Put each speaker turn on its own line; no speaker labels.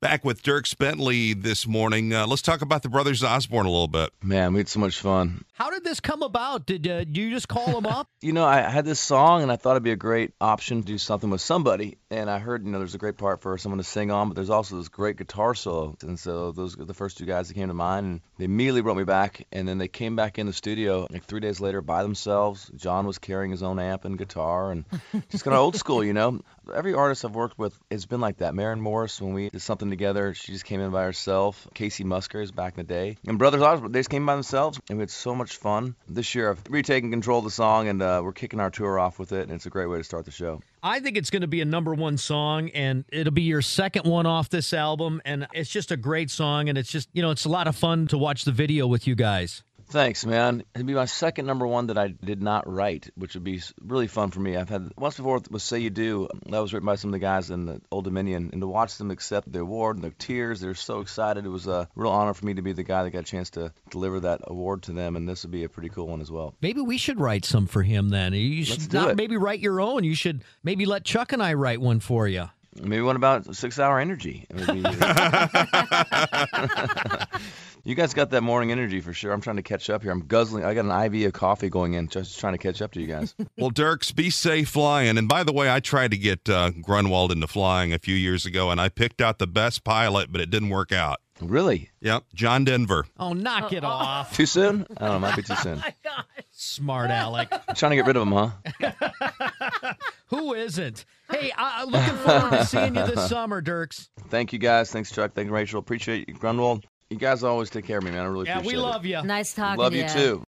Back with Dirk Bentley this morning. Uh, let's talk about the brothers Osborne a little bit.
Man, we had so much fun.
How did this come about? Did uh, you just call them up?
You know, I had this song and I thought it'd be a great option to do something with somebody. And I heard, you know, there's a great part for someone to sing on, but there's also this great guitar solo. And so those are the first two guys that came to mind. And they immediately brought me back. And then they came back in the studio like three days later by themselves. John was carrying his own amp and guitar and just kind of old school, you know. Every artist I've worked with has been like that. Maren Morris, when we did something together, she just came in by herself. Casey Muskers back in the day. And Brothers Osborne, they just came by themselves. And we had so much fun. This year, I've retaken control of the song and uh, we're kicking our tour off with it. And it's a great way to start the show.
I think it's going to be a number one song, and it'll be your second one off this album. And it's just a great song, and it's just, you know, it's a lot of fun to watch the video with you guys.
Thanks, man. It'd be my second number one that I did not write, which would be s- really fun for me. I've had once before was "Say You Do." That was written by some of the guys in the Old Dominion, and to watch them accept the award and their tears, they're so excited. It was a real honor for me to be the guy that got a chance to deliver that award to them, and this would be a pretty cool one as well.
Maybe we should write some for him then. You should
Let's do
not
it.
maybe write your own. You should maybe let Chuck and I write one for you.
Maybe one about six-hour energy. It would be- you guys got that morning energy for sure. I'm trying to catch up here. I'm guzzling. I got an IV of coffee going in, just trying to catch up to you guys.
Well, Dirks, be safe flying. And by the way, I tried to get uh, Grunwald into flying a few years ago, and I picked out the best pilot, but it didn't work out.
really?
Yep, John Denver.
Oh, knock it off.
Too soon? I don't know. Might be too soon.
Smart Alec.
Trying to get rid of him, huh?
Who isn't? Hey, I, I'm looking forward to seeing you this summer, Dirks.
Thank you guys. Thanks, Chuck. Thank you, Rachel. Appreciate you, Grunwald. You guys always take care of me, man. I really
Yeah,
appreciate
we
it.
love you.
Nice talking
Love
to
you too.